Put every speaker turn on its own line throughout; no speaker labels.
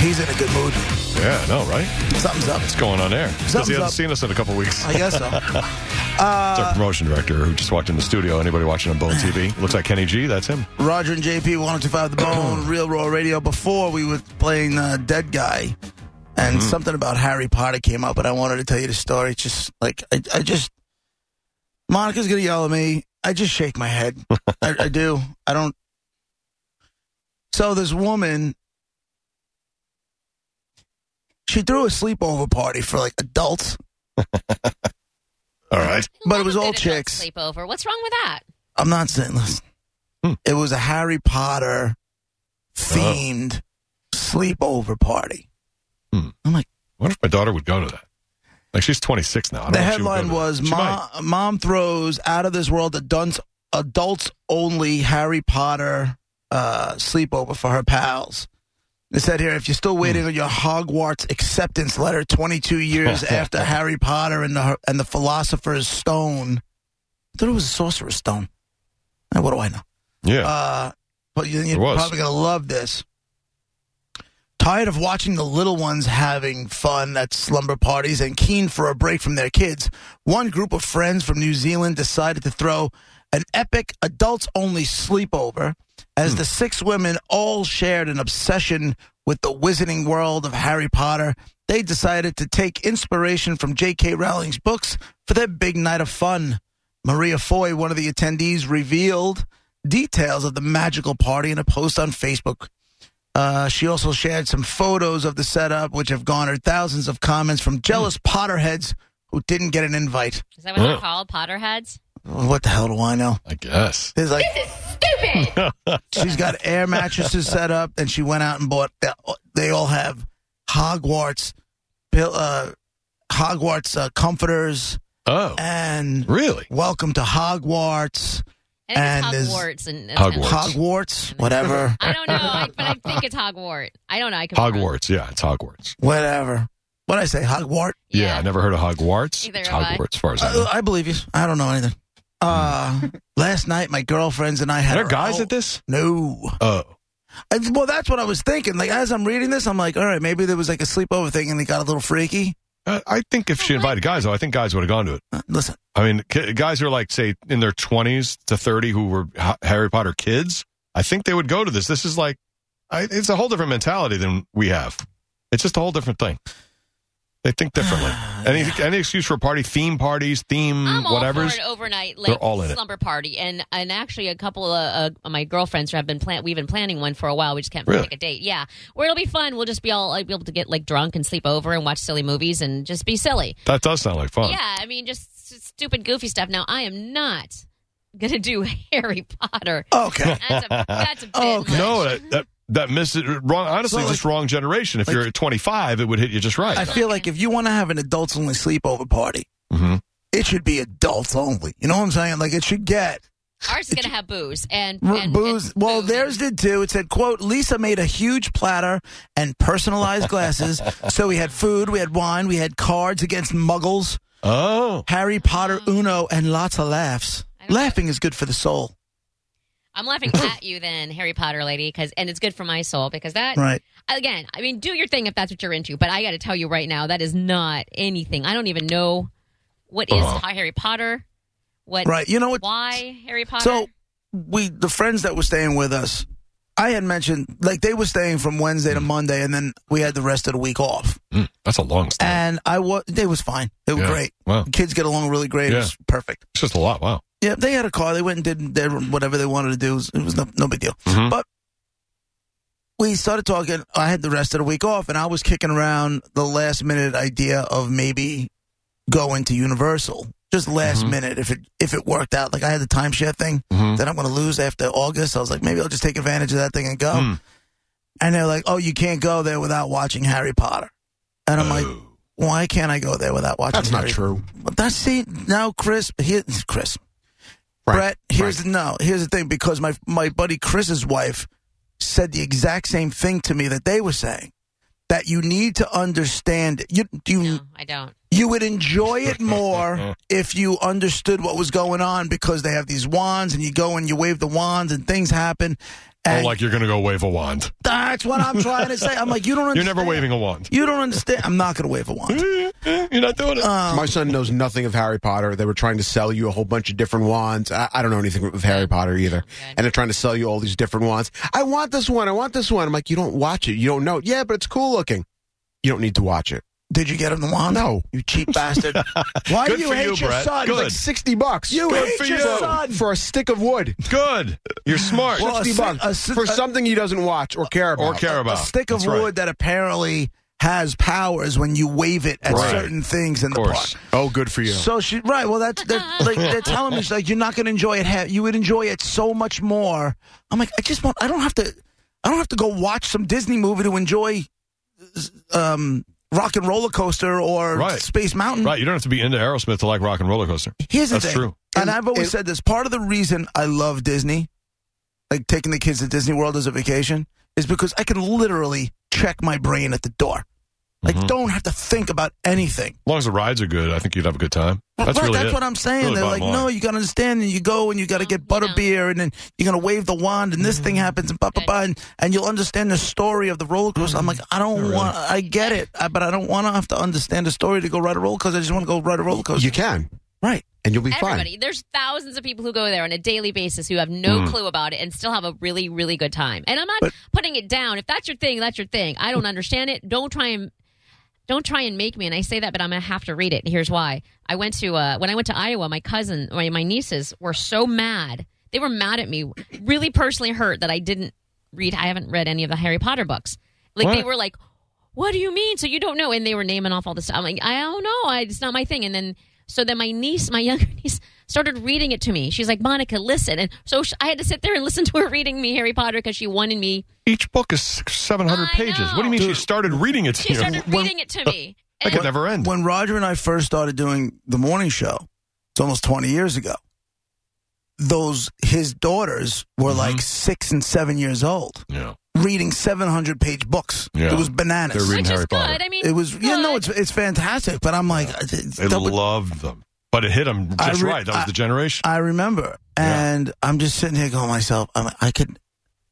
He's in a good mood.
Yeah, I know, right?
Something's up.
What's going on there? Because
Something's
he hasn't
up.
seen us in a couple weeks.
I uh, guess so.
It's our promotion director who just walked in the studio. Anybody watching on Bone TV? Looks like Kenny G. That's him.
Roger and JP, 1025 The Bone, Real Raw Radio. Before we were playing uh, Dead Guy, and something about Harry Potter came up, and I wanted to tell you the story. It's just like, I, I just, Monica's going to yell at me. I just shake my head. I, I do. I don't. So this woman, she threw a sleepover party for like adults,
All right.
but it was
Did
all
adult
chicks.
Sleepover. What's wrong with that?
I'm not saying. Listen,
Hmm.
it was a Harry Potter themed sleepover party.
Hmm.
I'm like,
I wonder if my daughter would go to that. Like she's 26 now. I don't
the
know if she would go
headline
to that.
was
She
Mom,
might.
Mom throws out of this world adults adults only Harry Potter uh, sleepover for her pals. It said here, if you're still
Hmm.
waiting on your Hogwarts acceptance letter, 22 years after Harry Potter and the and the Philosopher's Stone, I thought it was a Sorcerer's Stone. Eh, What do I know?
Yeah.
Uh, but you- you're
It was.
probably going to love this. Tired of watching the little ones having fun at slumber parties and keen for a break from their kids, one group of friends from New Zealand decided to throw an epic adults only sleepover as the six women all shared an obsession with the wizarding world of Harry Potter. They decided to take inspiration from J.K. Rowling's books for their big night of fun. Maria Foy, one of the attendees, revealed details of the magical party in a post on Facebook. Uh, she also shared some photos of the setup, which have garnered thousands of comments from jealous
Hmm.
Potterheads who didn't get an invite.
Is that what
Oh.
they're called? Potterheads?
What the hell do I know?
I guess.
There's like
Stupid!
she's got air mattresses set up, and she went out and bought. They all have Hogwarts, pill- uh, Hogwarts uh, comforters,
Oh,
and
really?
welcome to Hogwarts,
I
And
think
is-
it's Hogwarts. And, and
Hogwarts.
Hogwarts, whatever,
I don't know, I, but I think it's Hogwarts. I don't know. I could be wrong.
Hogwarts. Yeah, it's Hogwarts.
whatever. What I say, Hogwart?
Yeah, mm, I never heard of Hogwarts.
Neither
it's
have I.
Hogwarts, as far as I know.
Uh, I believe you. I don't know anything. Uh, last night, my girlfriends and I
Are
had.
there
our
guys
own-
at this?
No.
Oh,
I, well, that's what I was thinking. Like as I'm reading this, I'm like, all right, maybe there was like a sleepover thing, and it got a little freaky.
Uh, I think if she invited guys, though, I think guys would have gone to it.
Uh, listen,
I mean, ki guys who are like, say, in their 20s to 30 who were Ha- Harry Potter kids, I think they would go to this. This is like, I, it's a whole different mentality than we have. It's just a whole different thing. They think differently. Any any excuse for a party, theme parties, theme
I'm all
whatever's.
for an overnight
They're
like
all in it.
slumber party, and and actually a couple of uh, my girlfriends who have been plan- we've been planning one for a while. We just can't
Really?
pick a date. Yeah, where it'll be fun. We'll just be all like, be able to get like drunk and sleep over and watch silly movies and just be silly.
That does sound like fun.
Yeah, I mean just s- stupid goofy stuff. Now I am not gonna do Harry Potter.
okay.
That's a that's a bit
Oh, okay.
No,
much.
that, that, that miss wrong. Honestly,
So, like-
just wrong generation. If
like-
you're at 25, it would hit you just right.
I feel like if you want to have an adults only sleepover party,
Mhm.
it should be adults only. You know what I'm saying? Like it should get
ours is gonna have booze and,
r-
and-
booze.
and
well,
food.
theirs did too. It said, "quote Lisa made a huge platter and personalized glasses, so we had food, we had wine, we had cards against muggles,
Oh,
Harry Potter Uno, and lots of laughs.
I don't-
Laughing is good for the soul,
I'm laughing at you then, Harry Potter lady, because and it's good for my soul because that
right?
again, I mean, do your thing if that's what you're into. But I got to tell you right now, that is not anything. I don't even know what is
Uh-huh.
Harry Potter. What?
Right. You know what?
Why Harry Potter?
So we the friends that were staying with us, I had mentioned like they were staying from Wednesday to Monday, and then we had the rest of the week off.
Mm, that's a long stay.
And I was they was fine. They were
Yeah.
Uh, oh, great.
Wow.
The kids get along really great. It
Yeah.
was perfect.
It's just a lot. Wow.
Yeah, they had a car. They went and did their, whatever they wanted to do. It was, it was no, no big deal.
Mhm.
But we started talking. I had the rest of the week off, and I was kicking around the last minute idea of maybe going to Universal just last
Mm-hmm.
minute if it if it worked out. Like I had the timeshare thing that I'm going to lose after August. I was like, maybe I'll just take advantage of that thing and go.
Hmm.
And they're like, oh, you can't go there without watching Harry Potter. And I'm like, why can't I go there without watching?
That's not
Harry-
true.
But that's see now, Chris. Here, Chris.
Frank,
Brett, here's the no. Here's the thing because my my buddy Chris's wife said the exact same thing to me that they were saying that you need to understand it. You do you,
No, I don't.
you would enjoy it more if you understood what was going on because they have these wands and you go and you wave the wands and things happen.
Oh,
And
like you're going to go wave a wand.
that's what I'm trying to say. I'm like you don't.
You're
Understand.
never waving a wand.
You don't understand. I'm not going to wave a wand.
You're not doing it.
Um,
Um,
My son knows nothing of Harry Potter. They were trying to sell you a whole bunch of different wands. I, I don't know anything with Harry
Oh,
Potter either. And they're trying to sell you all these different wands. I want this one. I want this one. I'm like, you don't watch it. You don't know it. Yeah, but it's cool looking. You don't need to watch it.
Did you get him the wand?
No.
you cheap bastard. Why
Good
do you
for
hate
you,
your
Brett.
son?
It's
Good.
like 60 bucks.
You
Good
hate
for
your
you.
son.
For a stick of wood.
Good. You're smart.
Well, a
60
si-
bucks.
a si-
for
a-
something he doesn't watch or care about.
or care
a
about.
stick of
That's right.
wood that apparently has powers when you wave it at
Right.
certain things in
Of
the park.
course.
Oh, good for you.
So she right. Well, that's they're, like they're telling me she's like you're not going to enjoy it. ha- You would enjoy it so much more. I'm like I just want. I don't have to. I don't have to go watch some Disney movie to enjoy um, Rock and Roller Coaster or
Right.
Space Mountain.
Right. You don't have to be into Aerosmith to like rock and roller coaster.
Here's the
That's
thing.
true.
And
It-
I've always
it-
said this. Part of the reason I love Disney, like taking the kids to Disney World as a vacation, is because I can literally check my brain at the door. Like,
Mm-hmm.
don't have to think about anything.
As long as the rides are good, I think you'd have a good time. That's
right,
really
that's
it.
what I'm saying.
Really
They're like,
bottom
no,
line.
you got to understand, and you go and you got to get butterbeer, and then you're going to wave the wand, and this thing happens, and blah, blah, blah, and, and you'll understand the story of the roller coaster.
Mm-hmm.
I'm like, I don't want, I get it, I, but I don't want to have to understand the story to go ride a roller coaster. I just want to go ride a roller coaster.
you can,
right.
and you'll be fine.
Everybody, there's thousands of people who go there on a daily basis who have no
Mm.
clue about it and still have a really, really good time. And I'm not
But-
putting it down. If that's your thing, that's your thing. I don't understand it. Don't try and don't try and make me. And I say that, but I'm gonna have to read it. And here's why. I went to uh, when I went to Iowa. My cousin, my, my nieces were so mad. They were mad at me. Really personally hurt that I didn't read. I haven't read any of the Harry Potter books. Like they
What?
were like, "What do you mean?" So you don't know? And they were naming off all this stuff. I'm like, I don't know. I, it's not my thing. And then so then my niece, my younger niece, started reading it to me. She's like, "Monica, listen." And so sh I had to sit there and listen to her reading me Harry Potter because she wanted me.
Each book is six, 700
I
pages.
know.
What do you mean she started reading it to
She
you?
started
Well,
reading it to me.
I
And-
could never end.
when Roger and I first started doing the morning show, it's almost 20 years ago. Those his daughters were
Mm-hmm.
like six and seven years old,
yeah.
reading 700 page books.
Yeah.
It was
They're
bananas.
reading
which
Harry
is
Potter.
good. I mean,
it was yeah, no, it's
good.
it's fantastic. But I'm like,
They
that would-
loved them. But it hit them
I
just
re-
right. That was
I-
the generation.
I remember,
Yeah.
and I'm just sitting here going to myself, I'm, like, I could.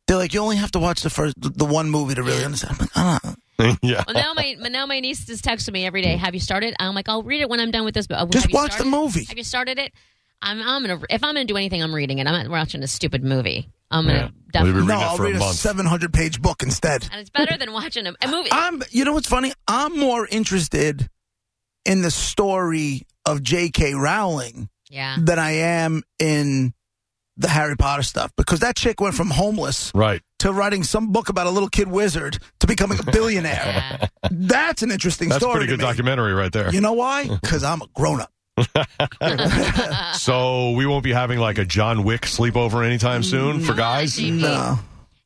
They're like, you only have to watch the first, the one movie to really understand. I'm like, I don't know.
yeah.
Well, now my now my niece is texting me every day. Have you started? I'm like, I'll read it when I'm done with this. But uh,
Just
have you
watch the
started?
movie.
Have you started it? I'm I'm gonna if I'm gonna do anything, I'm reading it. I'm not watching a stupid movie. I'm
Yeah.
gonna definitely.
Well,
no,
it
I'll
for a
read a
month.
700 page book instead.
And it's better than watching a, a movie.
I'm. You know what's funny? I'm more interested in the story of J.K. Rowling
yeah.
than I am in the Harry Potter stuff because that chick went from homeless
Right.
to writing some book about a little kid wizard to becoming a billionaire.
Yeah.
That's an interesting
That's a
story.
pretty
to
good
me.
documentary right there.
You know why? Because I'm a grown up.
so we won't be having like a John Wick sleepover anytime
Mm,
soon for guys?
No,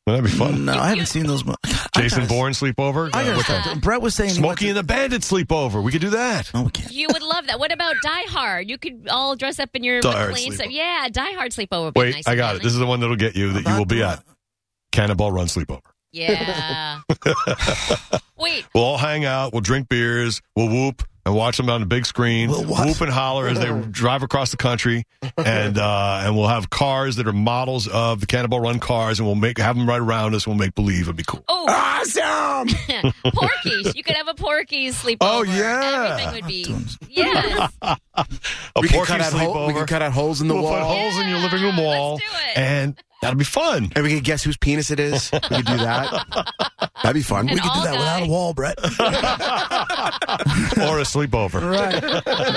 That'd be fun.
no, I haven't seen those. Mo-
Jason Bourne sleepover.
I
Yeah.
gotta stop. Brett was saying he went
Smokey and the Bandit sleepover. We could do that.
to- No, we can't.
You would love that. What about Die Hard? You could all dress up in your
Die Hard
McLean stuff.
sleepover.
Yeah, Die Hard sleepover. Would be
Wait,
nice
I
and
got it.
friendly.
This is the one that'll get you that you will be at. Cannonball Run sleepover.
yeah. Wait,
We'll all hang out. We'll drink beers. We'll whoop and watch them on the big screen.
We'll watch-
Whoop and holler as they drive across the country, and uh, and we'll have cars that are models of the Cannonball Run cars, and we'll make have them right around us. We'll make believe. It'd be cool.
oh,
Awesome!
Porky's. You could have a Porky's sleepover.
Oh, yeah.
everything would be yes.
A
we, could
porky
cut out hole, we
sleepover.
could cut out holes in the
we'll put
wall.
holes in your living room
Yeah,
wall,
let's do it.
and that'll be fun.
And we could guess whose penis it is. We could do that. That'd be fun.
We
And
could do
all
that without a
guys.
wall, Brett.
or a sleepover.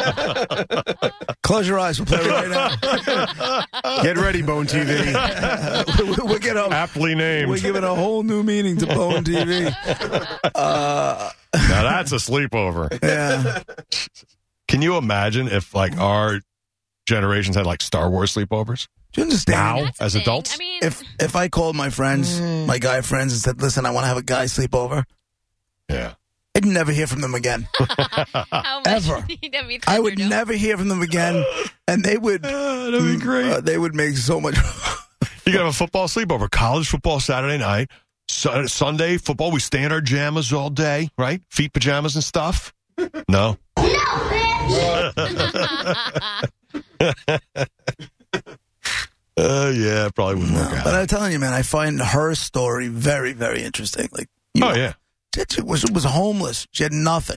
Close your eyes. We'll play it right now.
Get ready, Bone TV.
we'll, we'll get up.
Aptly named.
We're giving a whole new meaning to Bone TV.
now that's a sleepover.
Yeah.
Can you imagine if like our generations had like Star Wars sleepovers.
Do you understand?
That's a
as
thing.
adults?
I mean,
If if I called my friends,
Hmm.
my guy friends, and said, "Listen, I want to have a guy sleepover,"
Yeah.
I'd never hear from them again.
how much
ever.
need to be
I would
thundered
never hear from them again, and they would
Ah, that'd be great.
uh, they would make so much.
You can have a football sleepover, college football Saturday night, Su- uh, Sunday football. We stay in our pajamas all day, right? Feet pajamas and stuff. No, uh, yeah, probably wouldn't work
but
out.
I'm telling you, man, I find her story very, very interesting. Like, you
Oh
know,
yeah,
She- She was, was homeless. She had nothing.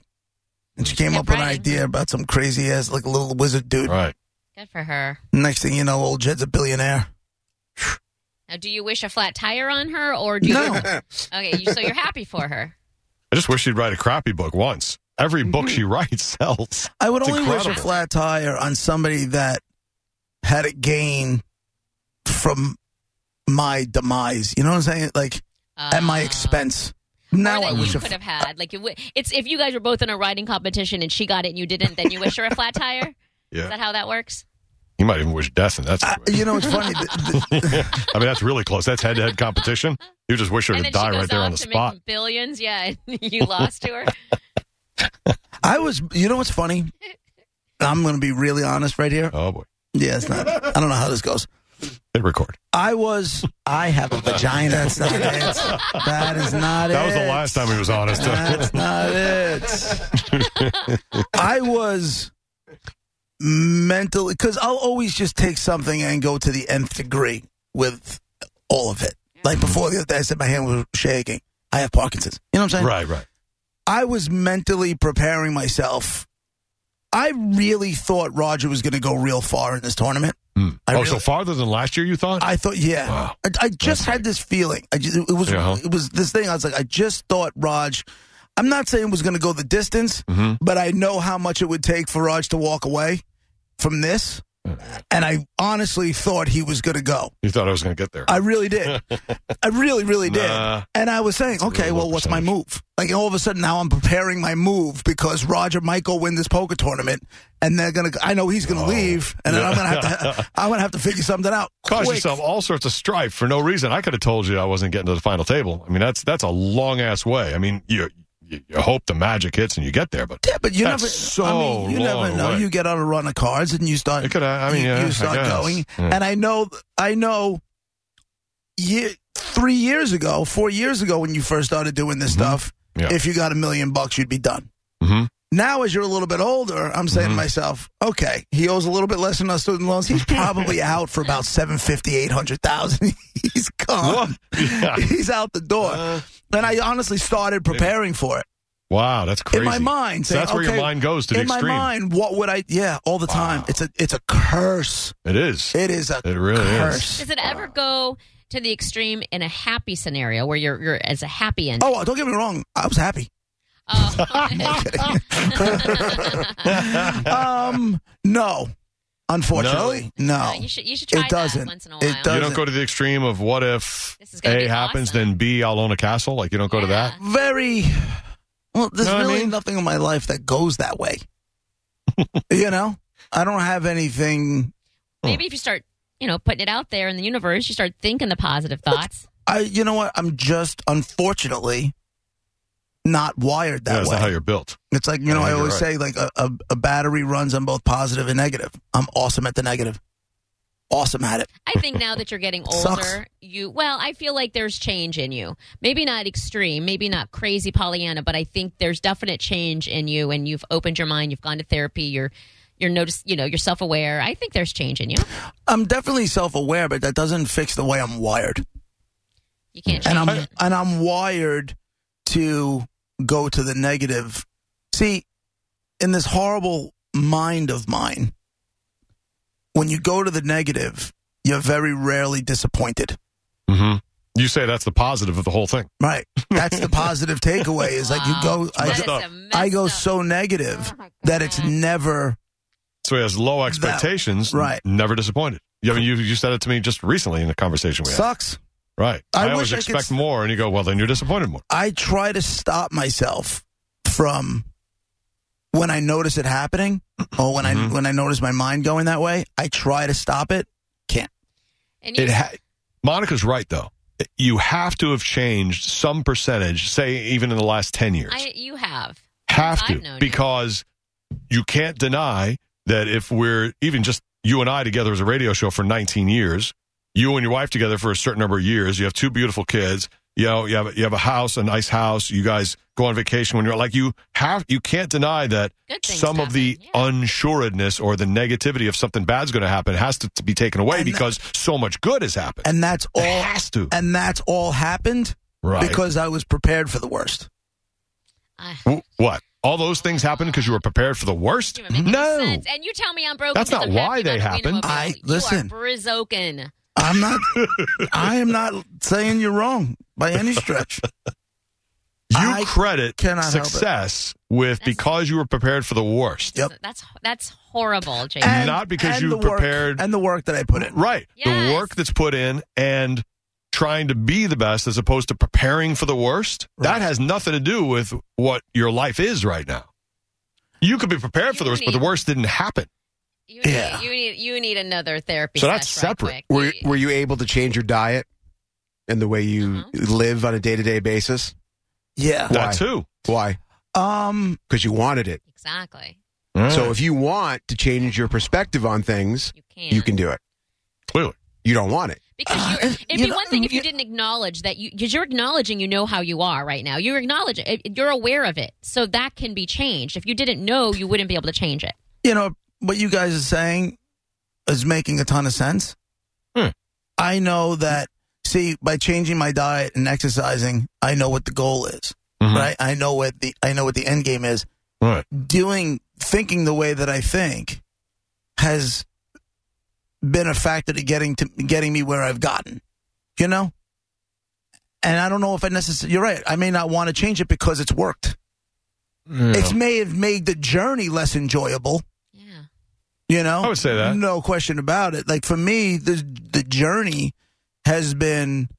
And she came
Yeah,
up with an
right.
idea about some crazy ass, like a little wizard dude.
right.
Good for her.
Next thing you know, old Jed's a billionaire.
Now, do you wish a flat tire on her, or do
No.
you? Okay, you, so you're happy for her.
I just wish she'd write a crappy book once. Every book
Mm-hmm.
she writes sells.
I would
It's
only wish a
incredible.
flat tire on somebody that had a gain from my demise. You know what I'm saying? Like, at my
Uh,
expense.
or
Now
that
I wish
you
a
could
flat
have had. Like, it w- it's if you guys were both in a riding competition and she got it and you didn't, then you wish her a flat tire. Is
Yeah,
that how that works?
you might even wish death in that situation.
You know, it's funny. th- th-
I mean, that's really close. That's head-to-head competition. You just wish her
and
to
then
die
she goes
right there
off
on the
to
spot.
make billions. Yeah, and you lost to her.
I was, you know what's funny? I'm going to be really honest right here.
Oh boy,
Yeah, it's not. I don't know how this goes.
hit record.
I was. I have a vagina. That's not it. That is not it.
That was the last time he was honest.
That's not it. I was mentally because I'll always just take something and go to the nth degree with all of it. Like before the other day, I said my hand was shaking. I have Parkinson's. You know what I'm saying?
right, right.
I was mentally preparing myself. I really thought Roger was going to go real far in this tournament.
Hmm.
I
oh, so
really-
farther than last year, you thought?
I thought, yeah.
Wow.
I, I just had this feeling. I just, it was
Yeah.
it was this thing. I was like, I just thought Raj. I'm not saying it was going to go the distance,
Mhm.
but I know how much it would take for Raj to walk away from this, and I honestly thought he was going to go.
you thought I was going to get there.
I really did. I really, really did.
Nah.
And I was saying,
really
okay,
low
well, what's my move? Like all of a sudden now I'm preparing my move because Roger might go win this poker tournament, and they're gonna. I know he's
Oh.
gonna leave, and then I'm gonna have to. I'm gonna have to figure something out.
Caused
quick.
yourself all sorts of strife for no reason. I could have told you I wasn't getting to the final table. I mean, that's that's a long ass way. I mean, you, you you hope the magic hits and you get there, but
Yeah, but you
That's
never.
so
I mean, you never
long
know.
way.
You get on a run of cards and you start.
It could- I- I mean,
you,
yeah,
you
I
start
guess.
going.
Yeah.
And I know, I know. Year, three years ago, four years ago, when you first started doing this stuff,
Mm-hmm. Yeah.
if you got a million bucks, you'd be done.
Mhm.
Now, as you're a little bit older, I'm
Mm-hmm.
saying to myself, okay, he owes a little bit less than our student loans. He's probably out for about seven fifty, eight hundred thousand. He's gone.
Yeah.
He's out the door.
Uh,
and I honestly started preparing for it
wow, that's crazy.
in my mind.
So
saying,
that's where your
okay,
mind goes to the
in my
extreme.
mind, what would I? Yeah, all the time. It's a it's a curse.
it is.
It is a
It really is.
curse.
Does it ever go to the extreme in a happy scenario where you're you're as a happy end?
Oh, don't get me wrong. I was happy.
Oh.
Um, no, unfortunately, no.
you should you should try
It doesn't.
that once in a
It
while.
does-
you don't go to the extreme of what if
This is gonna
A
be
happens,
awesome.
then B I'll own a castle. Like you don't go to that.
Very. Well, there's
Know what I
really
mean?
nothing in my life that goes that way. you know, I don't have anything.
Maybe if you start, you know, putting it out there in the universe, you start thinking the positive thoughts.
I, you know what? I'm just unfortunately not wired
yeah,
that
that's
way.
not how you're built.
It's like, you know,
Yeah,
I
you're
always
right.
say like a, a, a battery runs on both positive and negative. I'm awesome at the negative. Awesome at it.
I think now that you're getting older,
Sucks.
you well, I feel like there's change in you. Maybe not extreme, maybe not crazy Pollyanna, but I think there's definite change in you and you've opened your mind, you've gone to therapy, you're you're notice, you know, you're self-aware. I think there's change in you.
I'm definitely self-aware, but that doesn't fix the way I'm wired.
You can't
And
change.
I'm and I'm wired to go to the negative. See, in this horrible mind of mine, when you go to the negative, you're very rarely disappointed.
hmm You say that's the positive of the whole thing.
Right. That's the positive takeaway is like you go
That
I
is
go,
a
I
messed
go
up-
so negative that it's never
So he has low expectations,
right.
n- Never disappointed. You, I mean, you you said it to me just recently in the conversation we had.
sucks.
Right.
I
I,
wish
always
I could
expect
s-
more, and you go, well, then you're disappointed more.
I try to stop myself from when I notice it happening, or when
Mhm.
I when I notice my mind going that way, I try to stop it. Can't.
And you,
It ha- Monica's right though. You have to have changed some percentage, say even in the last ten years.
I, you have.
have
I've
to
known
because you can't deny that if we're even just you and I together as a radio show for 19 years, you and your wife together for a certain number of years, you have two beautiful kids, you know, you have you have a house, a nice house, you guys go on vacation when you're like you have you can't deny that
Good things
some of the
happen, yeah.
unsuredness or the negativity of something bad's going to happen has to, be taken away
And that-
because so much good has happened.
And that's all.
it has to.
And that's all happened
right.
because I was prepared for the worst.
I,
W- what? All those things happened because you were prepared for the worst?
you
No.
make any sense. And you tell me I'm broken.
That's
'cause
not
I'm
why
happy
they
about the
happen.
Wienermobile.
I-
You
listen.
are brizoken.
I'm not. I am not saying you're wrong by any stretch.
You
I
credit
cannot help it.
success with
That's-
because you were prepared for the worst,
Yep.
That's that's horrible, Jason.
And- Not because you
the work-
prepared-
and the work that I put in.
right? The
Yes.
work that's put in and trying to be the best as opposed to preparing for the worst that
Right.
has nothing to do with what your life is right now. You could be prepared for the
You
worst, but the
need-
worst didn't happen.
you,
Yeah.
need, you need you need another therapy.
So that's
sesh right
separate.
quick.
Were,
You-
were you able to change your diet and the way you live on a day to day basis?
Yeah.
That too.
Why?
Um.
Because you wanted it.
exactly.
Mm.
So if you want to change your perspective on things,
You can.
you can do it.
clearly,
You don't want it.
Because
Uh,
you're, it'd
you
be
know,
one thing if you
you-
didn't acknowledge that you because you're acknowledging you know how you are right now. You acknowledge it. You're aware of it, so that can be changed. If you didn't know, you wouldn't be able to change it.
you know what you guys are saying is making a ton of sense.
Hmm.
I know that. See, by changing my diet and exercising, I know what the goal is.
Mhm.
Right? I know what the I know what the end game is.
Right.
Doing thinking the way that I think has been a factor to getting to getting me where I've gotten. You know. And I don't know if I necessarily. You're right. I may not want to change it because it's worked. It may have made the journey less enjoyable.
Yeah.
You know,
I would say that.
No question about it. Like for me, the the journey has been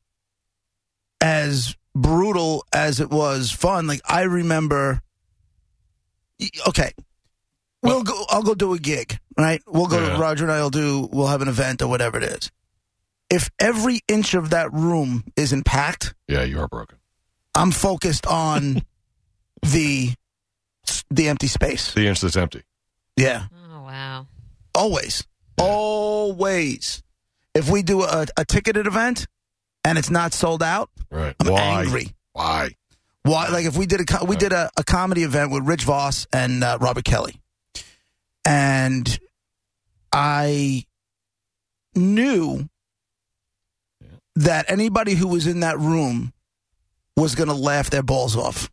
as brutal as it was fun. Like I remember. y- Okay, we'll go. I'll go do a gig. Right, we'll go.
Yeah.
Roger and I'll do. We'll have an event or whatever it is. If every inch of that room isn't packed,
yeah, you are broken.
I'm focused on the the empty space.
The inch that's empty.
Yeah.
Oh wow.
Always. Always. If we do a, a ticketed event and it's not sold out,
Right.
I'm
Why?
angry.
Why?
Why? Like if we did a co- we
Right.
did a, a comedy event with Rich Voss and uh, Robert Kelly, and I knew that anybody who was in that room was going to laugh their balls off,